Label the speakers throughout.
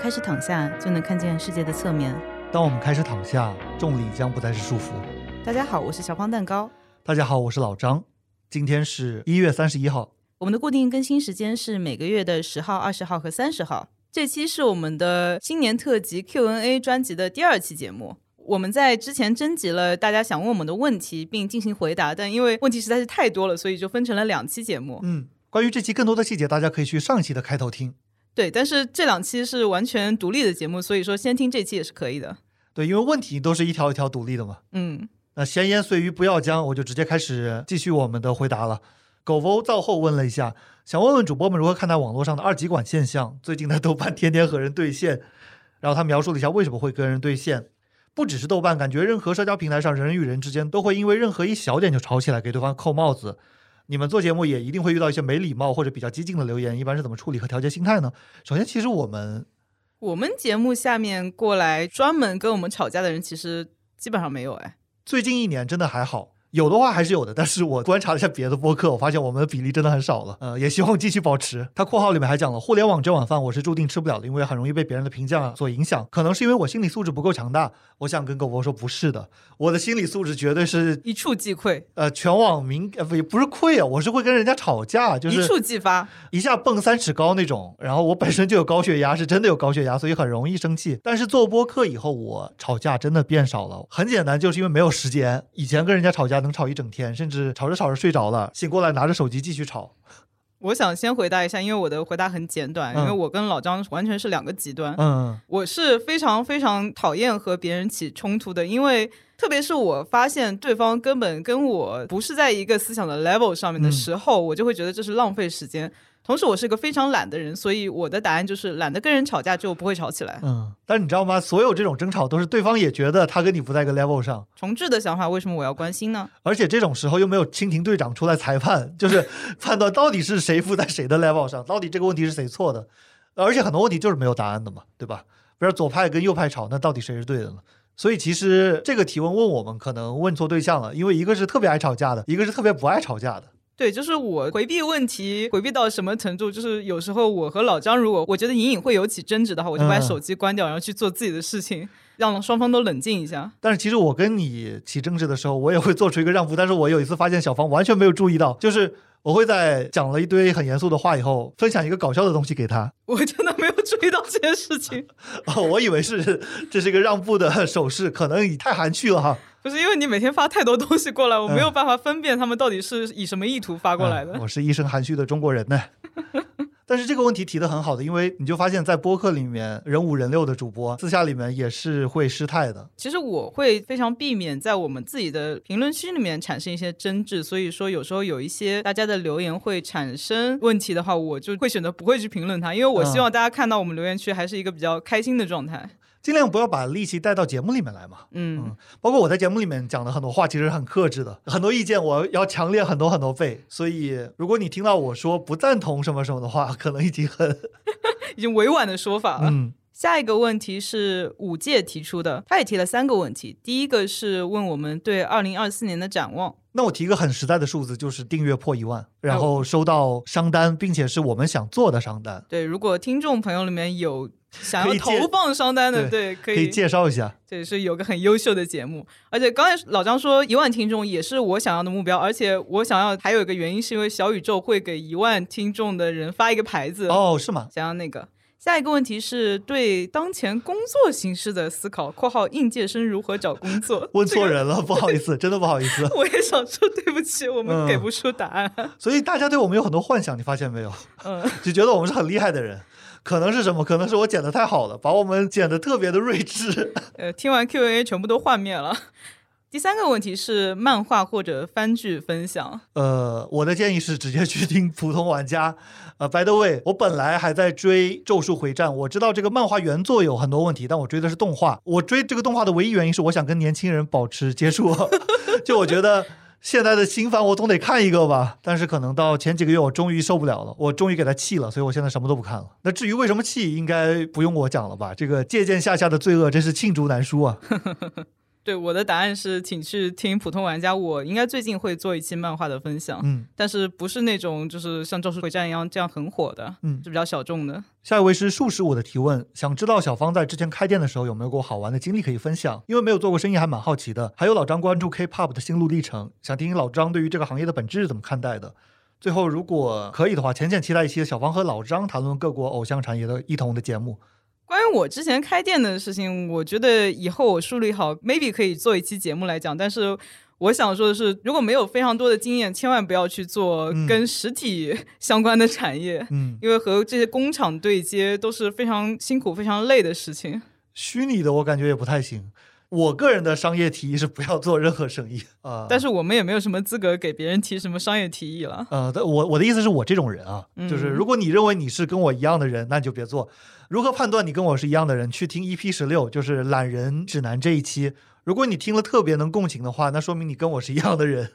Speaker 1: 开始躺下，就能看见世界的侧面。
Speaker 2: 当我们开始躺下，重力将不再是束缚。
Speaker 1: 大家好，我是小胖蛋糕。
Speaker 2: 大家好，我是老张，今天是一月三十一号。
Speaker 1: 我们的固定更新时间是每个月的十号、二十号和三十号。这期是我们的新年特辑 Q&A 专辑的第二期节目。我们在之前征集了大家想问我们的问题，并进行回答，但因为问题实在是太多了，所以就分成了两期节目。
Speaker 2: 嗯，关于这期更多的细节，大家可以去上一期的开头听。
Speaker 1: 对，但是这两期是完全独立的节目，所以说先听这期也是可以的。
Speaker 2: 对，因为问题都是一条一条独立的嘛。
Speaker 1: 嗯，
Speaker 2: 那闲言碎语不要将，我就直接开始继续我们的回答了。狗狗造后问了一下，想问问主播们如何看待网络上的二极管现象？最近在豆瓣天天和人对线，然后他描述了一下为什么会跟人对线。不只是豆瓣，感觉任何社交平台上人与人之间都会因为任何一小点就吵起来，给对方扣帽子。你们做节目也一定会遇到一些没礼貌或者比较激进的留言，一般是怎么处理和调节心态呢？首先，其实我们
Speaker 1: 我们节目下面过来专门跟我们吵架的人，其实基本上没有哎。
Speaker 2: 最近一年真的还好，有的话还是有的，但是我观察了一下别的播客，我发现我们的比例真的很少了。呃，也希望继续保持。他括号里面还讲了，互联网这碗饭我是注定吃不了的，因为很容易被别人的评价所影响。可能是因为我心理素质不够强大。我想跟狗狗说，不是的，我的心理素质绝对是
Speaker 1: 一触即溃，
Speaker 2: 呃全网民呃不也不是溃啊，我是会跟人家吵架，就
Speaker 1: 一
Speaker 2: 是
Speaker 1: 触即发。
Speaker 2: 一下蹦三尺高那种。然后我本身就有高血压，是真的有高血压，所以很容易生气。但是做播客以后，我吵架真的变少了。很简单，就是因为没有时间。以前跟人家吵架能吵一整天，甚至吵着吵着睡着了，醒过来拿着手机继续吵。
Speaker 1: 我想先回答一下，因为我的回答很简短，
Speaker 2: 嗯
Speaker 1: 因为我跟老张完全是两个极端。
Speaker 2: 嗯，
Speaker 1: 我是非常非常讨厌和别人起冲突的，因为特别是我发现对方根本跟我不是在一个思想的 level 上
Speaker 2: 嗯
Speaker 1: 面的时候，我就会觉得这是浪费时间。同时，我是个非常懒的人，所以我的答案就是懒得跟人吵架，就不会吵起来。
Speaker 2: 嗯，但是你知道吗？所有这种争吵都是对方也觉得他跟你不在一个 level 上，
Speaker 1: 重置的想法，为什么我要关心呢？
Speaker 2: 而且这种时候又没有蜻蜓队长出来裁判， 就是判断到底是谁负在谁的 level 上，到底这个问题是谁错的。而且很多问题就是没有答案的嘛，对吧？比如左派跟右派吵，那到底谁是对的呢？所以其实这个提问问我们可能问错对象了，因为一个是特别爱吵架的，一个是特别不爱吵架的。
Speaker 1: 对，就是我回避问题，回避到什么程度？就是有时候我和老张，如果我觉得隐隐会有起争执的话，我就把
Speaker 2: 嗯
Speaker 1: 手机关掉，然后去做自己的事情，让双方都冷静一下。
Speaker 2: 但是其实我跟你起争执的时候，我也会做出一个让步。但是我有一次发现小芳完全没有注意到，就是我会在讲了一堆很严肃的话以后，分享一个搞笑的东西给她。
Speaker 1: 我真的没有注意到这件事情，
Speaker 2: 哦，我以为是这是一个让步的手势，可能你太含蓄了哈。
Speaker 1: 不是因为你每天发太多东西过来，我
Speaker 2: 嗯
Speaker 1: 没有办法分辨他们到底是以什么意图发过来
Speaker 2: 嗯
Speaker 1: 的。
Speaker 2: 我是一身含蓄的中国人呢。 但是这个问题提的很好的，因为你就发现，在播客里面人五人六的主播，私下里面也是会失态的。
Speaker 1: 其实我会非常避免在我们自己的评论区里面产生一些争执，所以说有时候有一些大家的留言会产生问题的话，我就会选择不会去评论它，因为我
Speaker 2: 嗯
Speaker 1: 希望大家看到我们留言区还是一个比较开心的状态。
Speaker 2: 尽量不要把戾气带到节目里面来嘛。
Speaker 1: 嗯，
Speaker 2: 包括我在节目里面讲的很多话，其实很克制的，很多意见我要强烈很多很多倍。所以，如果你听到我说不赞同什么什么的话，可能已经很
Speaker 1: 已经委婉的说法了。
Speaker 2: 嗯
Speaker 1: 下一个问题是五届提出的，他也提了三个问题。第一个是问我们对二零二四年的展望，
Speaker 2: 那我提一个很实在的数字，就是订阅破一万，
Speaker 1: 哎
Speaker 2: 然后收到商单，并且是我们想做的商单，
Speaker 1: 对，如果听众朋友里面有想
Speaker 2: 可
Speaker 1: 要
Speaker 2: 以介
Speaker 1: 投放商单的，对，可
Speaker 2: 可
Speaker 1: 以
Speaker 2: 以，介绍一下。
Speaker 1: 对，是有个很优秀的节目。而且刚才老张说一万听众也是我想要的目标，而且我想要还有一个原因是因为小宇宙会给一万听众的人发一个牌子，
Speaker 2: 哦，是吗？）。
Speaker 1: 想要那个。下一个问题是对当前工作形势的思考（括号应届生如何找工作
Speaker 2: 问错人了，不好意思，真的不好意思。
Speaker 1: 我也想说对不起，我们
Speaker 2: 嗯
Speaker 1: 给不出答案。
Speaker 2: 所以大家对我们有很多幻想，你发现没有？
Speaker 1: 嗯，
Speaker 2: 就觉得我们是很厉害的人，可能是什么？可能是我剪的太好了，把我们剪的特别的睿智。
Speaker 1: 呃，听完 Q&A 全部都幻灭了。第三个问题是漫画或者番剧分享，
Speaker 2: 呃，我的建议是直接去听普通玩家。 呃，by the way，我本来还在追《咒术回战》，我知道这个漫画原作有很多问题，但我追的是动画。我追这个动画的唯一原因是我想跟年轻人保持接触， 就我觉得。现在的新番我总得看一个吧，但是可能到前几个月我终于受不了了，我终于给他弃了，所以我现在什么都不看了。那至于为什么弃，应该不用我讲了吧？这个借鉴下下的罪恶真是罄竹难书啊！
Speaker 1: 对我的答案是，请去听普通玩家。我应该最近会做一期漫画的分享，
Speaker 2: 嗯，
Speaker 1: 但是不是那种就是像《咒术回战》一样这样很火的，
Speaker 2: 嗯
Speaker 1: 是比较小众的。
Speaker 2: 下一位是术士，我的提问，想知道小芳在之前开店的时候有没有过好玩的经历可以分享？因为没有做过生意，还蛮好奇的。还有老张关注 K-pop 的心路历程，想听听老张对于这个行业的本质是怎么看待的。最后，如果可以的话，浅浅期待一期小芳和老张谈论各国偶像产业的一同的节目。
Speaker 1: 关于我之前开店的事情，我觉得以后我梳理好，maybe 可以做一期节目来讲。但是我想说的是，如果没有非常多的经验，千万不要去做
Speaker 2: 嗯
Speaker 1: 跟实 体相关的产业，
Speaker 2: 嗯，
Speaker 1: 因为和这些工厂对接都是非常辛苦、非常累的事情。
Speaker 2: 虚拟的我感觉也不太行。我个人的商业提议是不要做任何生意啊、呃
Speaker 1: 但是我们也没有什么资格给别人提什么商业提议了。
Speaker 2: 呃，但我我的意思是我这种人啊，就是
Speaker 1: 嗯
Speaker 2: 如果你认为你是跟我一样的人，那你就别做。如何判断你跟我是一样的人？去听 EP 十六，就是《懒人指南》这一期。如果你听了特别能共情的话，那说明你跟我是一样的人。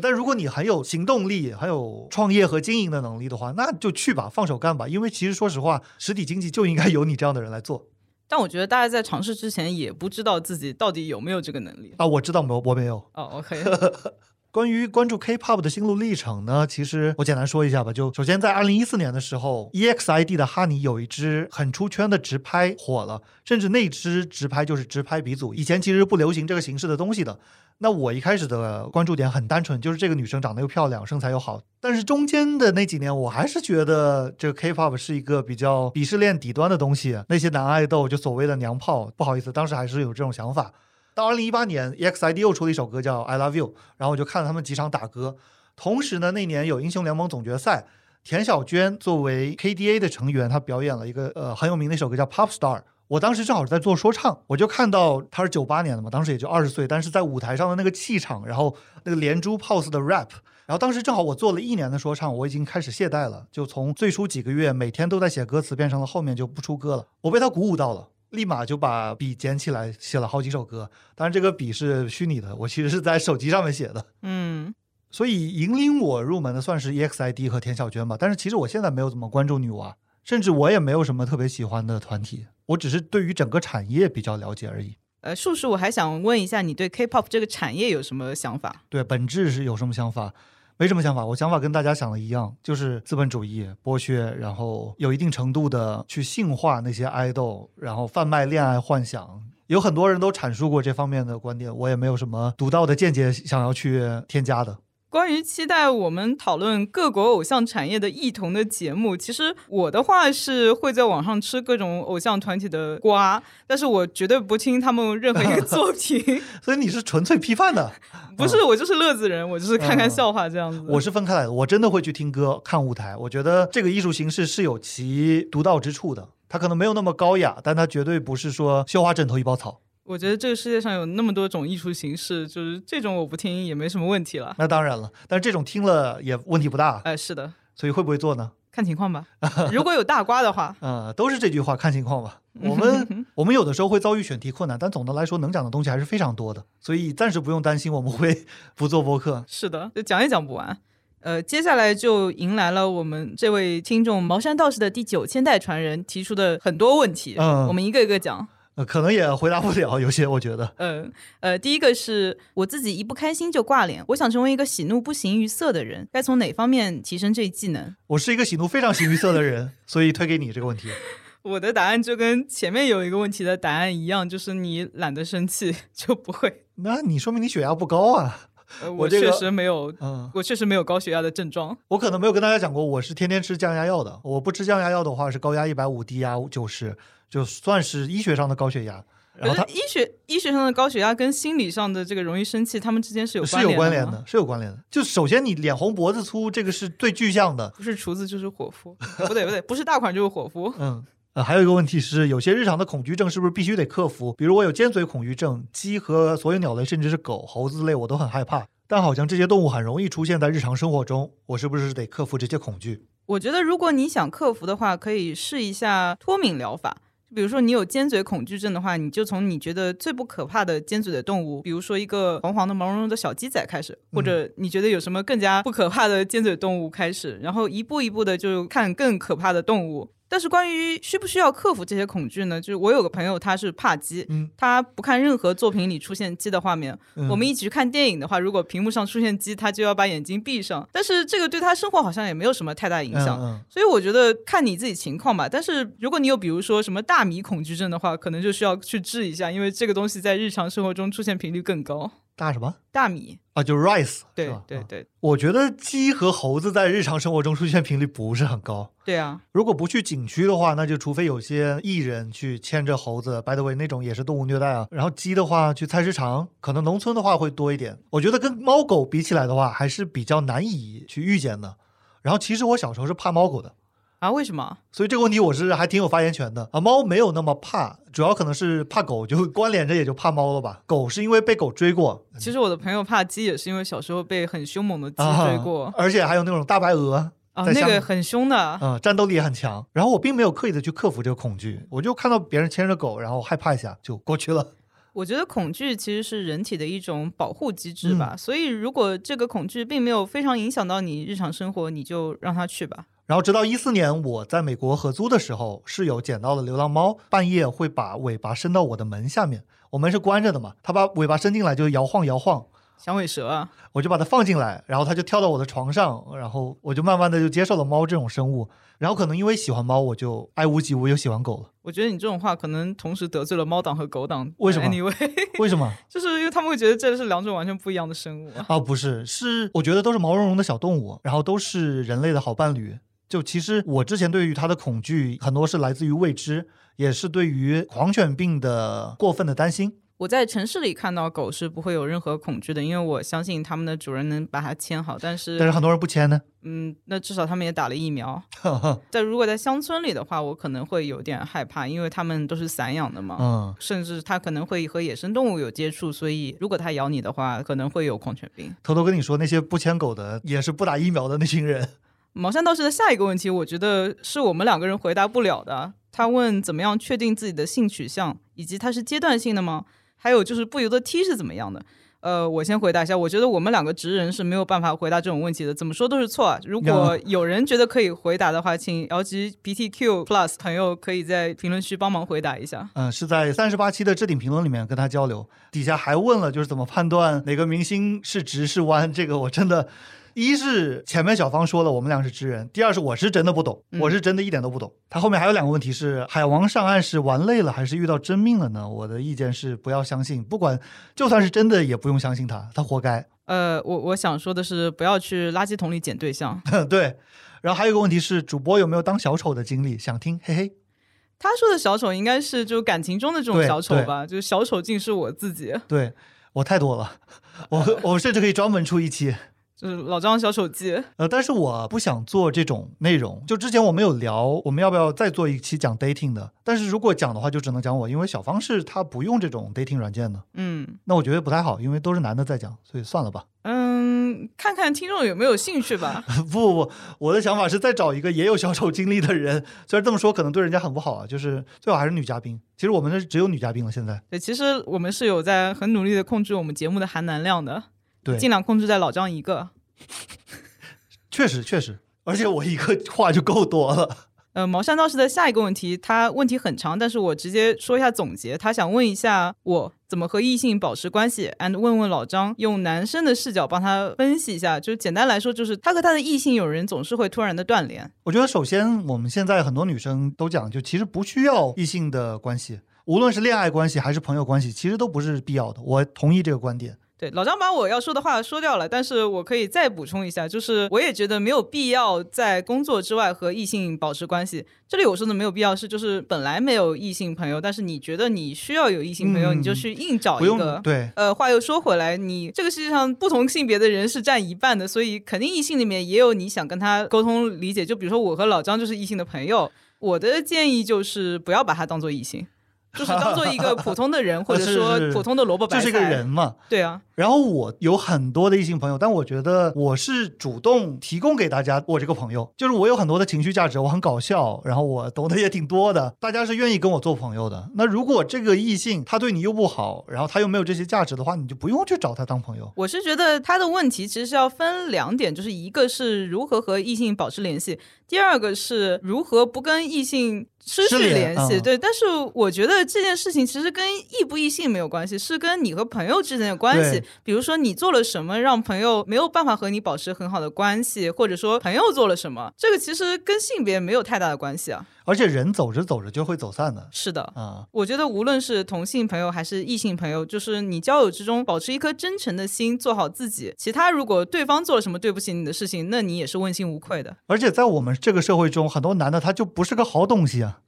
Speaker 2: 但如果你很有行动力，很有创业和经营的能力的话，那就去吧，放手干吧。因为其实说实话，实体经济就应该由你这样的人来做
Speaker 1: 但我觉得大家在尝试之前也不知道自己到底有没有这个能力。
Speaker 2: 啊。我知道没有，我没有。
Speaker 1: 哦，OK，
Speaker 2: 关于关注 K-pop 的心路历程呢，其实我简单说一下吧。就首先在二零一四年的时候，EXID ，E 的哈尼有一支很出圈的直拍火了，甚至那支直拍就是直拍鼻祖。以前其实不流行这个形式的东西的。那我一开始的关注点很单纯，就是这个女生长得又漂亮，身材又好。但是中间的那几年，我还是觉得这个 K-pop 是一个比较鄙视链底端的东西。啊那些男爱豆就所谓的娘炮，不好意思，当时还是有这种想法。到二零一八年，EXID ，E 又出了一首歌叫《I Love You》，然后我就看了他们几场打歌。同时呢，那年有英雄联盟总决赛，田小娟作为 KDA 的成员，她表演了一个呃很有名的一首歌叫《Pop Star》。我当时正好是在做说唱，我就看到她是九八年的嘛，当时也就二十岁，但是在舞台上的那个气场，然后那个连珠炮似的 rap，然后当时正好我做了一年的说唱，我已经开始懈怠了，就从最初几个月每天都在写歌词，变成了后面就不出歌了。我被他鼓舞到了，立马就把笔捡起来写了好几首歌。当然，这个笔是虚拟的，我其实是在手机上面写的。
Speaker 1: 嗯，
Speaker 2: 所以引领我入门的算是 E EXID 和田小娟吧。但是其实我现在没有怎么关注女娃，甚至我也没有什么特别喜欢的团体，我只是对于整个产业比较了解而已。
Speaker 1: 呃，树树，我还想问一下，你对 K-pop 这个产业有什么想法？
Speaker 2: 对本质是有什么想法？没什么想法，我想法跟大家想的一样，就是资本主义剥削，然后有一定程度的去性化那些爱豆，然后贩卖恋爱幻想。有很多人都阐述过这方面的观点，我也没有什么独到的见解想要去添加的。
Speaker 1: 关于期待我们讨论各国偶像产业的异同的节目，其实我的话是会在网上吃各种偶像团体的瓜，但是我绝对不听他们任何一 个作品。
Speaker 2: 所以你是纯粹批判的，
Speaker 1: 不是，我就是乐子人，我就是看
Speaker 2: 嗯
Speaker 1: 看笑话这样子。
Speaker 2: 我是分开来的。我真的会去听歌、看舞台，我觉得这个艺术形式是有其独到之处的。它可能没有那么高雅，但它绝对不是说绣花枕头一包草。
Speaker 1: 我觉得这个世界上有那么多种艺术形式，就是这种我不听也没什么问题了。
Speaker 2: 那当然了，但是这种听了也问题不大，
Speaker 1: 哎、是的，
Speaker 2: 所以会不会做呢？
Speaker 1: 看情况吧。 如果有大瓜的话，
Speaker 2: 呃，都是这句话，看情况吧。我们我们有的时候会遭遇选题困难，但总的来说能讲的东西还是非常多的，所以暂时不用担心我们会 不做播客。
Speaker 1: 是的，就讲也讲不完。呃，接下来就迎来了我们这位听众茅山道士的第九千代传人提出的很多问题，
Speaker 2: 嗯
Speaker 1: 我们一个一个讲。
Speaker 2: 呃，可能也回答不了有些，我觉得，
Speaker 1: 嗯呃，第一个是我自己一不开心就挂脸，我想成为一个喜怒不形于色的人，该从哪方面提升这一技能？
Speaker 2: 我是一个喜怒非常形于色的人，所以推给你这个问题。
Speaker 1: 我的答案就跟前面有一个问题的答案一样，就是你懒得生气 就不会。
Speaker 2: 那你说明你血压不高啊？
Speaker 1: 呃、
Speaker 2: 我
Speaker 1: 我
Speaker 2: 这个
Speaker 1: 确实没有，
Speaker 2: 嗯，
Speaker 1: 我确实没有高血压的症状。
Speaker 2: 我可能没有跟大家讲过，我是天天吃降压药的。我不吃降压药的话，是高压一百五，低压九十，就算是医学上的高血压。然后
Speaker 1: 可
Speaker 2: 它
Speaker 1: 是医学医学上的高血压跟心理上的这个容易生气，他们之间是有
Speaker 2: 是有关
Speaker 1: 联
Speaker 2: 联
Speaker 1: 吗，
Speaker 2: 的，是有关联的。就首先你脸红脖子粗，这个是最具象的。
Speaker 1: 不是厨子就是伙夫，不对不对，不是大款就是伙夫。
Speaker 2: 嗯，呃，还有一个问题是，有些日常的恐惧症是不是必须得克服？比如我有尖嘴恐惧症，鸡和所有鸟类，甚至是狗、猴子类，我都很害怕。但好像这些动物很容易出现在日常生活中，我是不是得克服这些恐惧？
Speaker 1: 我觉得如果你想克服的话，可以试一下脱敏疗法。比如说你有尖嘴恐惧症的话，你就从你觉得最不可怕的尖嘴的动物，比如说一个黄黄的毛茸茸的小鸡仔开始，或者你觉得有什么更加不可怕的尖嘴动物开始，然后一步一步的就看更可怕的动物。但是关于需不需要克服这些恐惧呢？就是我有个朋友，他是怕鸡，
Speaker 2: 嗯
Speaker 1: 他不看任何作品里出现鸡的画面。
Speaker 2: 嗯
Speaker 1: 我们一起去看电影的话，如果屏幕上出现鸡，他就要把眼睛闭上。但是这个对他生活好像也没有什么太大影响。
Speaker 2: 嗯
Speaker 1: 所以我觉得看你自己情况吧，但是如果你有比如说什么大米恐惧症的话，可能就需要去治一下，因为这个东西在日常生活中出现频率更高。
Speaker 2: 大什么
Speaker 1: 大米，
Speaker 2: 啊？就 rice
Speaker 1: 对
Speaker 2: 是吧
Speaker 1: 对
Speaker 2: 啊
Speaker 1: 对
Speaker 2: 我觉得鸡和猴子在日常生活中出现频率不是很高。
Speaker 1: 对啊，
Speaker 2: 如果不去景区的话，那就除非有些艺人去牵着猴子，by the way 那种也是动物虐待啊。然后鸡的话，去菜市场，可能农村的话会多一点。我觉得跟猫狗比起来的话，还是比较难以去预见的。然后其实我小时候是怕猫狗的，
Speaker 1: 啊为什么？
Speaker 2: 所以这个问题我是还挺有发言权的啊。猫没有那么怕，主要可能是怕狗，就关联着也就怕猫了吧。狗是因为被狗追过
Speaker 1: 其实我的朋友怕鸡也是因为小时候被很凶猛的鸡
Speaker 2: 嗯啊，
Speaker 1: 追过
Speaker 2: 而且还有那种大白鹅。
Speaker 1: 啊，
Speaker 2: 在
Speaker 1: 那
Speaker 2: 下
Speaker 1: 个
Speaker 2: 面
Speaker 1: 很凶的。
Speaker 2: 嗯，战斗力也很强。然后我并没有刻意的去克服这个恐惧，我就看到别人牵着狗，然后害怕一下就过去了。
Speaker 1: 我觉得恐惧其实是人体的一种保护机
Speaker 2: 嗯
Speaker 1: 制吧，所以如果这个恐惧并没有非常影响到你日常生活，你就让它去吧。
Speaker 2: 然后直到一四年我在美国合租的时候，室友捡到了流浪猫，半夜会把尾巴伸到我的门下面，我门是关着的嘛，它把尾巴伸进来就摇晃摇晃，
Speaker 1: 响尾蛇啊，
Speaker 2: 我就把它放进来，然后它就跳到我的床上，然后我就慢慢的就接受了猫这种生物，然后可能因为喜欢猫，我就爱屋及乌又喜欢狗了。
Speaker 1: 我觉得你这种话可能同时得罪了猫党和狗党。
Speaker 2: 为什么
Speaker 1: Anyway，
Speaker 2: 为什么？
Speaker 1: 就是因为他们会觉得这是两种完全不一样的生物啊。
Speaker 2: 啊，不是，是我觉得都是毛茸茸的小动物，然后都是人类的好伴侣。就其实我之前对于它的恐惧，很多是来自于未知，也是对于狂犬病的过分的担心。
Speaker 1: 我在城市里看到狗是不会有任何恐惧的，因为我相信他们的主人能把它牵好。但
Speaker 2: 但是
Speaker 1: 是，
Speaker 2: 很多人不签呢，
Speaker 1: 嗯，那至少他们也打了疫 苗。在如果在乡村里的话，我可能会有点害怕，因为他们都是散养的嘛。
Speaker 2: 嗯，
Speaker 1: 甚至它可能会和野生动物有接触，所以如果它咬你的话，可能会有狂犬病。
Speaker 2: 偷偷跟你说，那些不牵狗的，也是不打疫苗的那群人。
Speaker 1: 毛山道士的下一个问题，我觉得是我们两个人回答不了的。他问怎么样确定自己的性取向，以及它是阶段性的吗？还有就是不由得 T 是怎么样的？呃，我先回答一下，我觉得我们两个直人是没有办法回答这种问题的，怎么说都是错、啊。如果有人觉得可以回答的话，请 LGBTQ plus 朋友可以在评论区帮忙回答一下。
Speaker 2: 嗯，是在三十八期的置顶评论里面跟他交流，底下还问了就是怎么判断哪个明星是直是弯，这个我真的。一是前面小芳说了我们俩是直人，第二是我是真的不懂，我是真的一点都不懂。他后面还有两个问题是：海王上岸是玩累了还是遇到真命了呢？我的意见是不要相信，不管就算是真的也不用相信他，他活该。
Speaker 1: 呃，我我想说的是，不要去垃圾桶里捡对象。
Speaker 2: 对，然后还有一个问题是主播有没有当小丑的经历？想听，嘿嘿。
Speaker 1: 他说的小丑应该是就感情中的这种
Speaker 2: 对
Speaker 1: 小丑吧，就是小丑竟是我自己，
Speaker 2: 对我太多了，我我甚至可以专门出一期。
Speaker 1: 就是老张小丑记。
Speaker 2: 呃，但是我不想做这种内容。就之前我们有聊，我们要不要再做一期讲 dating 的？但是如果讲的话，就只能讲我，因为小方是他不用这种 dating 软件的，
Speaker 1: 嗯
Speaker 2: 那我觉得不太好，因为都是男的在讲，所以算了吧。
Speaker 1: 嗯，看看听众有没有兴趣吧。
Speaker 2: 不不不，我的想法是再找一个也有小丑经历的人。虽然这么说可能对人家很不好啊，就是最好还是女嘉宾。其实我们这只有女嘉宾了，现在
Speaker 1: 对，其实我们是有在很努力的控制我们节目的含男量的，
Speaker 2: 对，
Speaker 1: 尽量控制在老张一个。
Speaker 2: 确实确实，而且我一个话就够多了。
Speaker 1: 呃，毛山道士的下一个问题，他问题很长，但是我直接说一下总结。他想问一下我怎么和异性保持关系，and 问问老张用男生的视角帮他分析一下。就是简单来说，就是他和他的异性友人总是会突然的断联。
Speaker 2: 我觉得首先我们现在很多女生都讲，就其实不需要异性的关系，无论是恋爱关系还是朋友关系，其实都不是必要的。我同意这个观点。
Speaker 1: 对，老张把我要说的话说掉了，但是我可以再补充一下，就是我也觉得没有必要在工作之外和异性保持关系。这里我说的没有必要是，就是本来没有异性朋友，但是你觉得你需要有异性朋友，
Speaker 2: 嗯
Speaker 1: 你就去硬找
Speaker 2: 不
Speaker 1: 一
Speaker 2: 用
Speaker 1: 个。
Speaker 2: 对，
Speaker 1: 呃，话又说回来，你这个世界上不同性别的人是占一半的，所以肯定异性里面也有你想跟他沟通理解。就比如说我和老张就是异性的朋友，我的建议就是不要把他当做异性，就是当做一个普通的人，或者
Speaker 2: 是
Speaker 1: 说
Speaker 2: 是
Speaker 1: 普通的萝卜白菜。
Speaker 2: 这是一个人嘛。
Speaker 1: 对啊，
Speaker 2: 然后我有很多的异性朋友，但我觉得我是主动提供给大家我这个朋友，就是我有很多的情绪价值，我很搞笑，然后我懂得也挺多的，大家是愿意跟我做朋友的。那如果这个异性他对你又不好，然后他又没有这些价值的话，你就不用去找他当朋友。
Speaker 1: 我是觉得他的问题其实是要分两点，就是一个是如何和异性保持联系，第二个是如何不跟异性失去
Speaker 2: 失联
Speaker 1: 联系。
Speaker 2: 嗯
Speaker 1: 对，但是我觉得这件事情其实跟异不异性没有关系，是跟你和朋友之间的关系
Speaker 2: 对。
Speaker 1: 比如说你做了什么让朋友没有办法和你保持很好的关系，或者说朋友做了什么，这个其实跟性别没有太大的关系啊。
Speaker 2: 而且人走着走着就会走散的
Speaker 1: 是的，
Speaker 2: 啊、
Speaker 1: 我觉得无论是同性朋友还是异性朋友，就是你交友之中保持一颗真诚的心，做好自己。其他如果对方做了什么对不起你的事情，那你也是问心无愧的。
Speaker 2: 而且在我们这个社会中，很多男的他就不是个好东西啊。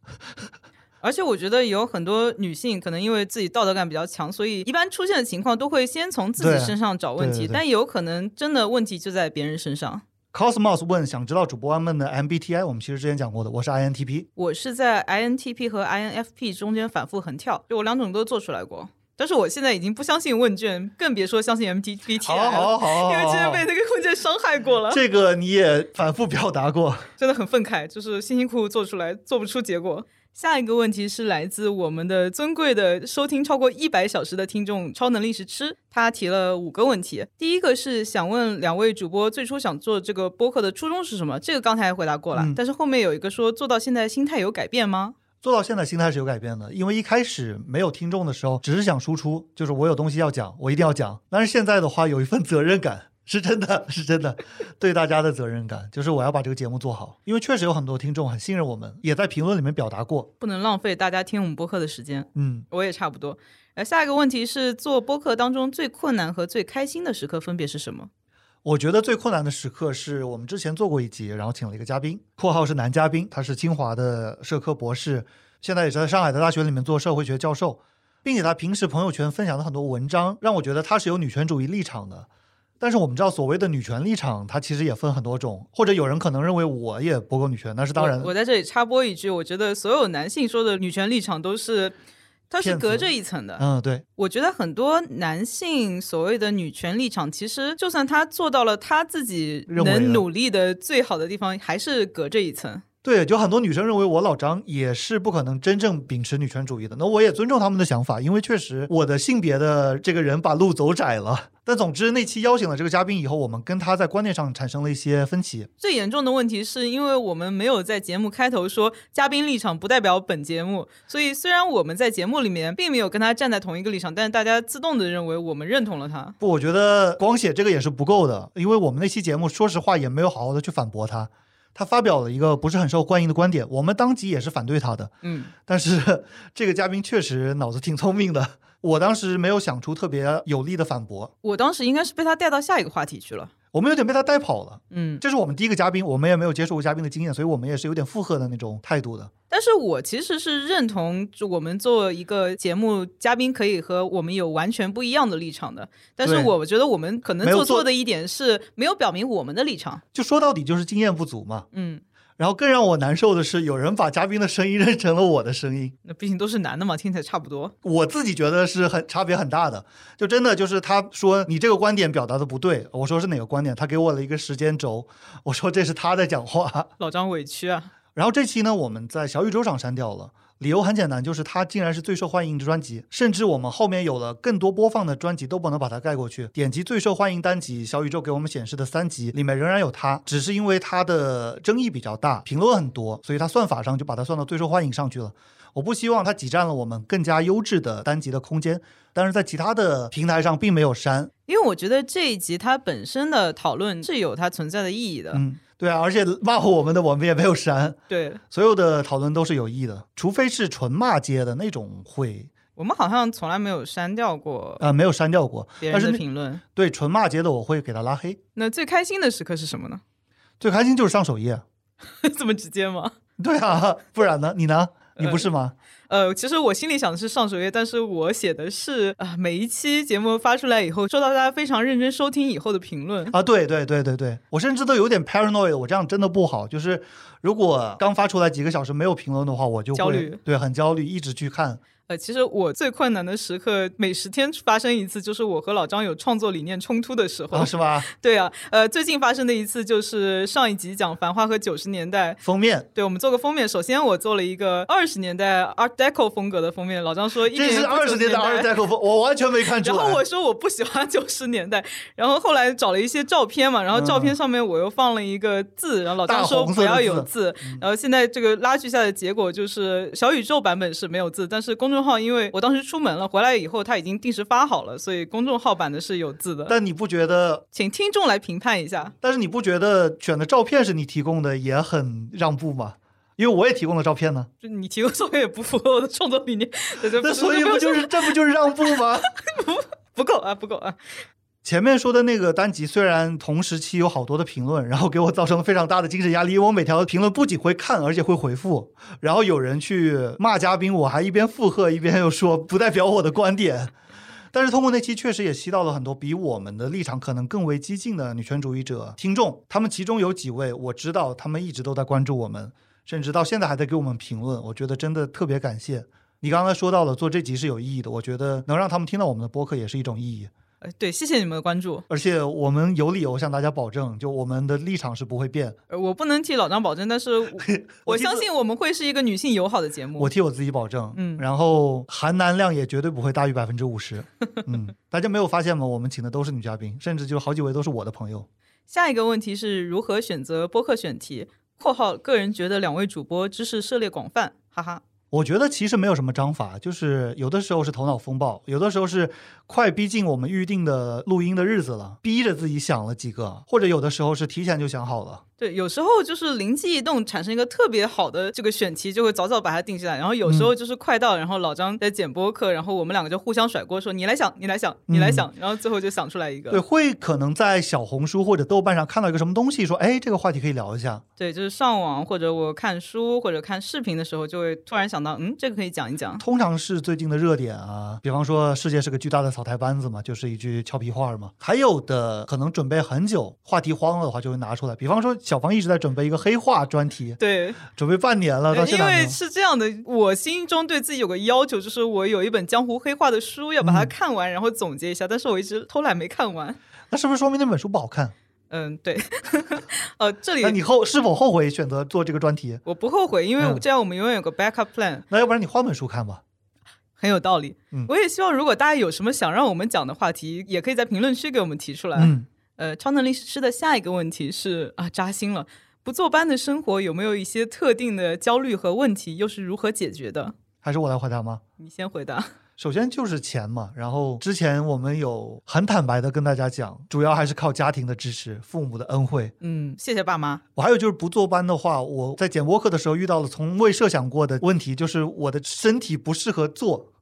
Speaker 1: 而且我觉得有很多女性可能因为自己道德感比较强，所以一般出现的情况都会先从自
Speaker 2: 对
Speaker 1: 己身上找问题，
Speaker 2: 对对对
Speaker 1: 但有可能真的问题就在别人身上。
Speaker 2: Cosmos 问，想知道主播们的 MBTI，我们其实之前讲过的，我是 INTP。
Speaker 1: 我是在 INTP 和 INFP 中间反复横跳，就我两种都做出来过。但是我现在已经不相信问卷，更别说相信 MBTI
Speaker 2: 好
Speaker 1: 了，
Speaker 2: 好好好，
Speaker 1: 啊
Speaker 2: 啊
Speaker 1: 因为之前
Speaker 2: 好
Speaker 1: 被那个问卷伤害过了。
Speaker 2: 这个你也反复表达过。
Speaker 1: 真的很愤慨，就是辛辛苦苦做出来，做不出结果。下一个问题是来自我们的尊贵的收听超过一百小时的听众超能力是吃，他提了五个问题。第一个是想问两位主播最初想做这个播客的初衷是什么？这个刚才回答过了，
Speaker 2: 嗯
Speaker 1: 但是后面有一个说做到现在心态有改变吗？
Speaker 2: 做到现在心态是有改变的，因为一开始没有听众的时候，只是想输出，就是我有东西要讲，我一定要讲。但是现在的话，有一份责任感，是真的， 是真的，对大家的责任感，就是我要把这个节目做好。因为确实有很多听众很信任我们，也在评论里面表达过，
Speaker 1: 不能浪费大家听我们播客的时间，
Speaker 2: 嗯，
Speaker 1: 我也差不多。呃，下一个问题是做播客当中最困难和最开心的时刻分别是什么？
Speaker 2: 我觉得最困难的时刻是我们之前做过一集，然后请了一个嘉宾（括号是男嘉宾），他是清华的社科博士，现在也是在上海的大学里面做社会学教授，并且他平时朋友圈分享的很多文章，让我觉得他是有女权主义立场的。但是我们知道，所谓的女权立场，它其实也分很多种，或者有人可能认为我也不够女权，那是当然
Speaker 1: 我，我在这里插播一句，我觉得所有男性说的女权立场都是，它是
Speaker 2: 骗子
Speaker 1: 隔着一层的。
Speaker 2: 嗯，对，
Speaker 1: 我觉得很多男性所谓的女权立场，其实就算他做到了他自己
Speaker 2: 认为的
Speaker 1: 能努力的最好的地方，还是隔着一层。
Speaker 2: 对，就很多女生认为我老张也是不可能真正秉持女权主义的。那我也尊重他们的想法，因为确实我的性别的这个人把路走窄了。但总之，那期邀请了这个嘉宾以后，我们跟他在观念上产生了一些分歧。
Speaker 1: 最严重的问题是因为我们没有在节目开头说嘉宾立场不代表本节目，所以虽然我们在节目里面并没有跟他站在同一个立场，但是大家自动的认为我们认同了他。
Speaker 2: 不，我觉得光写这个也是不够的，因为我们那期节目说实话也没有好好的去反驳他。他发表了一个不是很受欢迎的观点，我们当即也是反对他的。
Speaker 1: 嗯，
Speaker 2: 但是 这个嘉宾确实脑子挺聪明的，我当时没有想出特别有力的反驳，
Speaker 1: 我当时应该是被他带到下一个话题去了。
Speaker 2: 我们有点被他带跑了。
Speaker 1: 嗯，
Speaker 2: 这是我们第一个嘉宾，我们也没有接触过嘉宾的经验，所以我们也是有点附和的那种态度的。
Speaker 1: 但是我其实是认同，就我们做一个节目，嘉宾可以和我们有完全不一样的立场的。但是
Speaker 2: 对
Speaker 1: 我觉得我们可能
Speaker 2: 没有
Speaker 1: 做
Speaker 2: 做
Speaker 1: 错的一点是没有表明我们的立场。
Speaker 2: 就说到底就是经验不足嘛。
Speaker 1: 嗯，
Speaker 2: 然后更让我难受的是，有人把嘉宾的声音认成了我的声音，
Speaker 1: 那毕竟都是男的嘛，听起来差不多。
Speaker 2: 我自己觉得是很差别很大的。就真的就是他说你这个观点表达的不对，我说是哪个观点，他给我了一个时间轴，我说这是他在讲话。
Speaker 1: 老张委屈啊，
Speaker 2: 然后这期呢，我们在小宇宙上删掉了。理由很简单，就是它竟然是最受欢迎的专辑，甚至我们后面有了更多播放的专辑都不能把它盖过去。点击最受欢迎单集，小宇宙给我们显示的三集里面仍然有它，只是因为它的争议比较大，评论很多，所以它算法上就把它算到最受欢迎上去了。我不希望它挤占了我们更加优质的单集的空间，但是在其他的平台上并没有删。
Speaker 1: 因为我觉得这一集它本身的讨论是有它存在的意义的。
Speaker 2: 嗯，对啊，而且骂我们的我们也没有删。
Speaker 1: 对
Speaker 2: 所有的讨论都是有益的，除非是纯骂街的那种会，
Speaker 1: 我们好像从来没有删掉过
Speaker 2: 呃，没有删掉过。
Speaker 1: 别
Speaker 2: 但
Speaker 1: 人的
Speaker 2: 是那
Speaker 1: 评论。
Speaker 2: 对纯骂街的，我会给他拉黑。
Speaker 1: 那最开心的时刻是什么呢？
Speaker 2: 最开心就是上首页，
Speaker 1: 这么直接吗？
Speaker 2: 对啊，不然呢？你呢？你不是吗？
Speaker 1: 呃，其实我心里想的是上首页，但是我写的是啊、每一期节目发出来以后，受到大家非常认真收听以后的评论。
Speaker 2: 啊，对对对对对，我甚至都有点 paranoid，我这样真的不好。就是如果刚发出来几个小时没有评论的话，我就会
Speaker 1: 焦虑
Speaker 2: 对，很焦虑，一直去看。
Speaker 1: 呃，其实我最困难的时刻，每十天发生一次，就是我和老张有创作理念冲突的时候。
Speaker 2: 啊，是吧？
Speaker 1: 对啊，呃，最近发生的一次就是上一集讲《繁花》和九十年代。
Speaker 2: 封面，
Speaker 1: 对我们做个封面，首先我做了一个二十年代 Art Deco 风格的封面，老张说一
Speaker 2: 这
Speaker 1: 点
Speaker 2: 是
Speaker 1: 也不
Speaker 2: 二十
Speaker 1: 90
Speaker 2: 年代二十代口风，我完全没看
Speaker 1: 然
Speaker 2: 出
Speaker 1: 后我
Speaker 2: 来。
Speaker 1: 说我不喜欢九十年代，然后后来找了一些照片嘛，然后照片上面我又放了一个字，然后老
Speaker 2: 大
Speaker 1: 张说
Speaker 2: 红
Speaker 1: 不
Speaker 2: 色的
Speaker 1: 要有
Speaker 2: 字
Speaker 1: 字，嗯然后现在这个拉锯下的结果就是小宇宙版本是没有字，但是公众号因为我当时出门了，回来以后它已经定时发好了，所以公众号版的是有字的，
Speaker 2: 但你不觉得？
Speaker 1: 请听众来评判一下。
Speaker 2: 但是你不觉得选的照片是你提供的也很让步吗？因为我也提供了照片呢。
Speaker 1: 就你提供作业也不符合我的创作理念，那就
Speaker 2: 那所以不
Speaker 1: 不
Speaker 2: 就是这不就是让步吗？
Speaker 1: 不够啊，不够啊。
Speaker 2: 前面说的那个单集虽然同时期有好多的评论，然后给我造成了非常大的精神压力，因为我每条评论不仅会看，而且会回复。然后有人去骂嘉宾，我还一边附和一边又说不代表我的观点。但是通过那期确实也吸到了很多比我们的立场可能更为激进的女权主义者听众，他们其中有几位我知道他们一直都在关注我们，甚至到现在还在给我们评论，我觉得真的特别感谢。你刚才说到了做这集是有意义的，我觉得能让他们听到我们的播客也是一种意义。
Speaker 1: 呃对，谢谢你们的关注。
Speaker 2: 而且我们有理由向大家保证，就我们的立场是不会变。
Speaker 1: 呃我不能替老张保证，但是我我
Speaker 2: 我听
Speaker 1: 相
Speaker 2: 说
Speaker 1: 信我们会是一个女性友好的节目。
Speaker 2: 我替我自己保证，
Speaker 1: 嗯
Speaker 2: 然后含男量也绝对不会大于百分之五十，嗯， 大家没有发现吗？我们请的都是女嘉宾，甚至就好几位都是我的朋友。
Speaker 1: 下一个问题是如何选择播客选题（括号个人觉得两位主播知识涉猎广泛，哈哈
Speaker 2: 我觉得其实没有什么章法，就是有的时候是头脑风暴，有的时候是快逼近我们预定的录音的日子了，逼着自己想了几个，或者有的时候是提前就想好了。）。
Speaker 1: 对，有时候就是灵机一动，产生一个特别好的这个选题，就会早早把它定下来。然后有时候就是快到，然后老张在剪播客，然后我们两个就互相甩锅，说你来想，你来想，你来想，然后最后就想出来一个。
Speaker 2: 对，会可能在小红书或者豆瓣上看到一个什么东西，说，哎，这个话题可以聊一下，
Speaker 1: 对，就是上网或者我看书或者看视频的时候，就会突然想到，嗯，这个可以讲一讲。
Speaker 2: 通常是最近的热点啊，比方说世界是个巨大的草台班子嘛，就是一句俏皮话儿嘛。还有的可能准备很久，话题荒了的话就会拿出来。比方说小房一直在准备一个黑化专题，
Speaker 1: 对，
Speaker 2: 准备半年了，到
Speaker 1: 哎因
Speaker 2: 现在还没
Speaker 1: 为
Speaker 2: 有。
Speaker 1: 是这样的，我心中对自己有个要求，就是我有一本江湖黑话的书要把
Speaker 2: 嗯
Speaker 1: 它看完，然后总结一下。但是我一直偷懒没看完。
Speaker 2: 那是不是说明那本书不好看？
Speaker 1: 嗯， 对，呃，这
Speaker 2: 那
Speaker 1: 里
Speaker 2: 你后是否后悔选择做这个专题？
Speaker 1: 我不后悔，因为
Speaker 2: 嗯
Speaker 1: 这样我们永远有个 backup plan，、
Speaker 2: 那要不然你换本书看吧。
Speaker 1: 很有道理。
Speaker 2: 嗯
Speaker 1: 我也希望如果大家有什么想让我们讲的话题，也可以在评论区给我们提出来。
Speaker 2: 嗯，
Speaker 1: 呃，超能力师的下一个问题是啊，扎心了。不坐班的生活有没有一些特定的焦虑和问题，又是如何解决的？
Speaker 2: 还是我来回答吗？
Speaker 1: 你先回答。
Speaker 2: 首先就是钱嘛，然后之前我们有很坦白的跟大家讲，主要还是靠家庭的支持、父母的恩惠。
Speaker 1: 嗯，谢谢爸妈。
Speaker 2: 我还有就是不坐班的话，我在剪播客的时候遇到了从未设想过的问题，就是我的身体不适合坐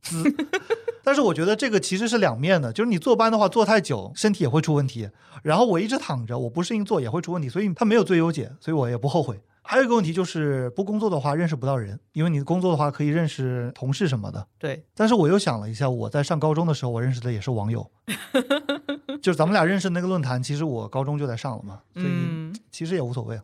Speaker 2: 姿。 但是我觉得这个其实是两面的，就是你坐班的话，坐太久身体也会出问题。然后我一直躺着，我不适应坐也会出问题，所以它没有最优解，所以我也不后悔。还有一个问题就是不工作的话认识不到人，因为你工作的话可以认识同事什么的。
Speaker 1: 对，
Speaker 2: 但是我又想了一下，我在上高中的时候，我认识的也是网友，就是咱们俩认识的那个论坛，其实我高中就在上了嘛，所以
Speaker 1: 嗯，
Speaker 2: 其实也无所谓。啊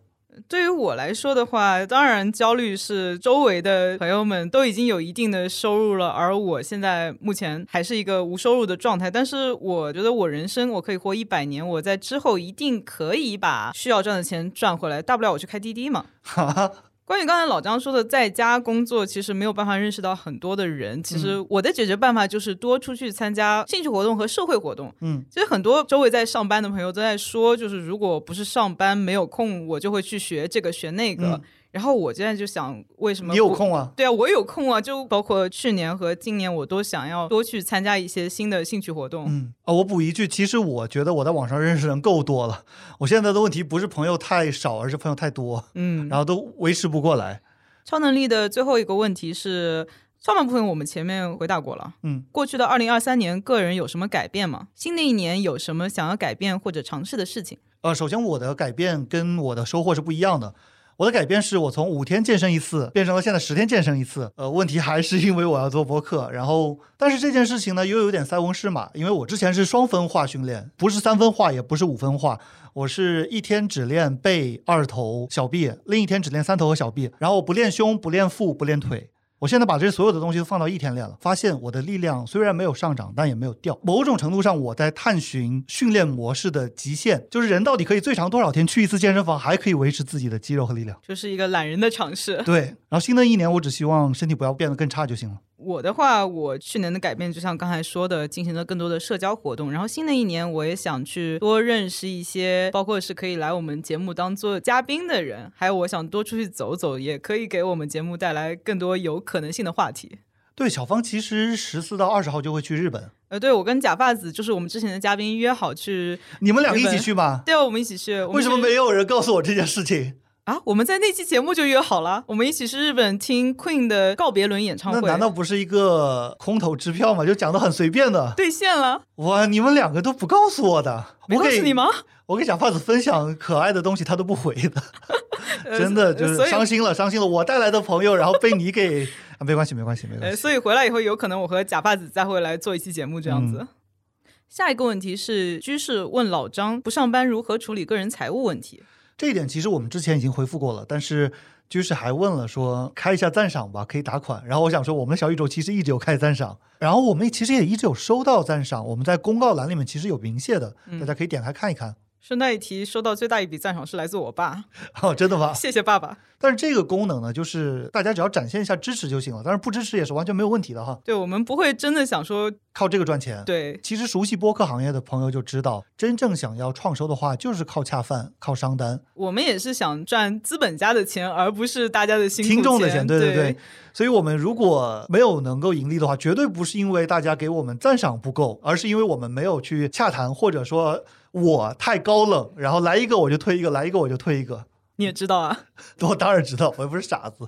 Speaker 1: 对于我来说的话，当然焦虑是周围的朋友们都已经有一定的收入了，而我现在目前还是一个无收入的状态。但是我觉得我人生我可以活一百年，我在之后一定可以把需要赚的钱赚回来，大不了我去开滴滴嘛。
Speaker 2: 哈哈，
Speaker 1: 关于刚才老张说的，在家工作其实没有办法认识到很多的人。其实
Speaker 2: 嗯
Speaker 1: 我的解决办法就是多出去参加兴趣活动和社会活动。
Speaker 2: 嗯，
Speaker 1: 其实很多周围在上班的朋友都在说，就是如果不是上班没有空，我就会去学这个学那个。
Speaker 2: 嗯
Speaker 1: 然后我现在就想，为什么
Speaker 2: 你有
Speaker 1: 不？
Speaker 2: 空啊？
Speaker 1: 对啊，我有空啊，就包括去年和今年，我都想要多去参加一些新的兴趣活动。
Speaker 2: 嗯啊，我补一句，其实我觉得我在网上认识人够多了，我现在的问题不是朋友太少，而是朋友太多，
Speaker 1: 嗯，
Speaker 2: 然后都维持不过来。
Speaker 1: 超能力的最后一个问题是，上半部分我们前面回答过了。
Speaker 2: 嗯，
Speaker 1: 过去的二零二三年，个人有什么改变吗？新的一年有什么想要改变或者尝试的事情？
Speaker 2: 呃，首先我的改变跟我的收获是不一样的。我的改变是我从五天健身一次变成了现在十天健身一次。呃，问题还是因为我要做播客，然后但是这件事情呢又有点塞翁失马，因为我之前是双分化训练，不是三分化，也不是五分化，我是一天只练背、二头、小臂，另一天只练三头和小臂，然后我不练胸、不练腹、不练腿。我现在把这所有的东西都放到一天练了，发现我的力量虽然没有上涨，但也没有掉。某种程度上，我在探寻训练模式的极限，就是人到底可以最长多少天去一次健身房，还可以维持自己的肌肉和力量。
Speaker 1: 就是一个懒人的尝试。
Speaker 2: 对，然后新的一年，我只希望身体不要变得更差就行了。
Speaker 1: 我的话，我去年的改变就像刚才说的，进行了更多的社交活动。然后新的一年，我也想去多认识一些，包括是可以来我们节目当做嘉宾的人，还有我想多出去走走，也可以给我们节目带来更多有可能性的话题。
Speaker 2: 对，小芳其实十四到二十号就会去日本，
Speaker 1: 呃，对我跟假发子就是我们之前的嘉宾约好去，
Speaker 2: 你们两个一
Speaker 1: 日
Speaker 2: 起
Speaker 1: 本
Speaker 2: 去吧？
Speaker 1: 对啊，我们一起去。我们
Speaker 2: 为什么
Speaker 1: 去
Speaker 2: 没有人告诉我这件事情？
Speaker 1: 啊？我们在那期节目就约好了，我们一起去日本听 Queen 的告别轮演唱
Speaker 2: 那
Speaker 1: 会，
Speaker 2: 难道不是一个空头支票吗？就讲的很随便的。
Speaker 1: 兑现了？
Speaker 2: 哇，你们两个都不告诉我的，
Speaker 1: 没
Speaker 2: 我
Speaker 1: 告
Speaker 2: 给
Speaker 1: 诉你吗？
Speaker 2: 我给小胖子分享可爱的东西，他都不回的，
Speaker 1: 呃
Speaker 2: 真的就
Speaker 1: 所
Speaker 2: 是
Speaker 1: 以
Speaker 2: 伤心了，伤心了。我带来的朋友，然后被 你给啊，没关系，没关系，没关
Speaker 1: 呃，
Speaker 2: 系。
Speaker 1: 所以回来以后，有可能我和假发子再会来做一期节目这样子。
Speaker 2: 嗯
Speaker 1: 下一个问题是，居士问老张不上班如何处理个人财务问题？
Speaker 2: 这一点其实我们之前已经回复过了，但是居士还问了说开一下赞赏吧，可以打款。然后我想说，我们的小宇宙其实一直有开赞赏，然后我们其实也一直有收到赞赏，我们在公告栏里面其实有明谢的，
Speaker 1: 嗯
Speaker 2: 大家可以点开看一看。
Speaker 1: 顺带一提，收到最大一笔赞赏是来自我爸，
Speaker 2: 哦，真的吗？
Speaker 1: 谢谢爸爸。
Speaker 2: 但是这个功能呢，就是大家只要展现一下支持就行了，当然不支持也是完全没有问题的哈，
Speaker 1: 对我们不会真的想说，
Speaker 2: 靠这个赚钱。
Speaker 1: 对
Speaker 2: 其实熟悉播客行业的朋友就知道，真正想要创收的话，就是靠恰饭、靠商单、
Speaker 1: 我们也是想赚资本家的钱，而不是大家的辛苦
Speaker 2: 听众的
Speaker 1: 钱。
Speaker 2: 钱。对
Speaker 1: 对
Speaker 2: 对。所以我们如果没有能够盈利的话，绝对不是因为大家给我们赞赏不够，而是因为我们没有去洽谈，或者说我太高冷，然后来一个我就退一个，来一个我就退一个。
Speaker 1: 你也知道啊，
Speaker 2: 我当然知道，我又不是傻子。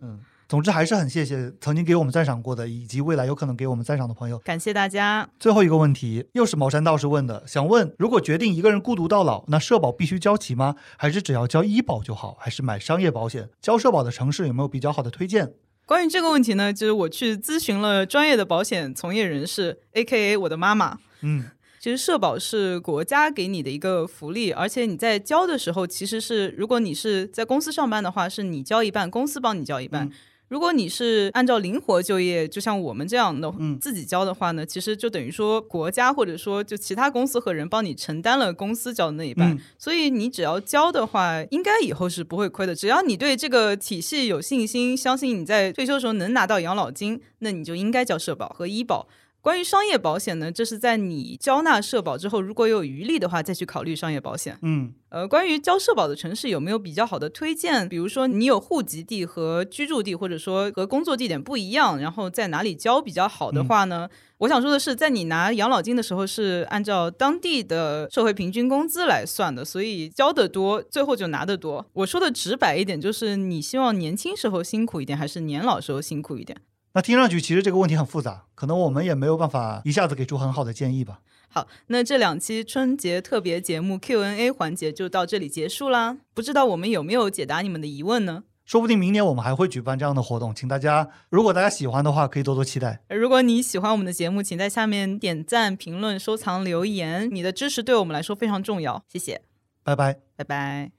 Speaker 2: 嗯，总之还是很谢谢曾经给我们赞赏过的，以及未来有可能给我们赞赏的朋友。
Speaker 1: 感谢大家。
Speaker 2: 最后一个问题，又是茅山道士问的，想问：如果决定一个人孤独到老，那社保必须交齐吗？还是只要交医保就好？还是买商业保险？交社保的城市有没有比较好的推荐？
Speaker 1: 关于这个问题呢，就是我去咨询了专业的保险从业人士，A K A 我的妈妈。
Speaker 2: 嗯，
Speaker 1: 其实社保是国家给你的一个福利，而且你在交的时候，其实是如果你是在公司上班的话，是你交一半，公司帮你交一半。
Speaker 2: 嗯
Speaker 1: 如果你是按照灵活就业，就像我们这样的、
Speaker 2: 嗯
Speaker 1: 自己交的话呢，其实就等于说国家或者说就其他公司和人帮你承担了公司交的那一半，
Speaker 2: 嗯
Speaker 1: 所以你只要交的话，应该以后是不会亏的。只要你对这个体系有信心，相信你在退休的时候能拿到养老金，那你就应该交社保和医保。关于商业保险呢，这是在你交纳社保之后，如果有余力的话，再去考虑商业保险。
Speaker 2: 嗯，
Speaker 1: 呃，关于交社保的城市有没有比较好的推荐？比如说你有户籍地和居住地，或者说和工作地点不一样，然后在哪里交比较好的话呢？我想说的是，在你拿养老金的时候是按照当地的社会平均工资来算的，所以交的多，最后就拿的多。我说的直白一点，就是你希望年轻时候辛苦一点，还是年老时候辛苦一点？
Speaker 2: 那听上去其实这个问题很复杂，可能我们也没有办法一下子给出很好的建议吧。
Speaker 1: 好，那这两期春节特别节目 Q&A 环节就到这里结束啦。不知道我们有没有解答你们的疑问呢？
Speaker 2: 说不定明年我们还会举办这样的活动，请大家，如果大家喜欢的话，可以多多期待。
Speaker 1: 呃如果你喜欢我们的节目，请在下面点赞、评论、收藏、留言，你的支持对我们来说非常重要。谢谢，
Speaker 2: 拜拜。
Speaker 1: 拜拜。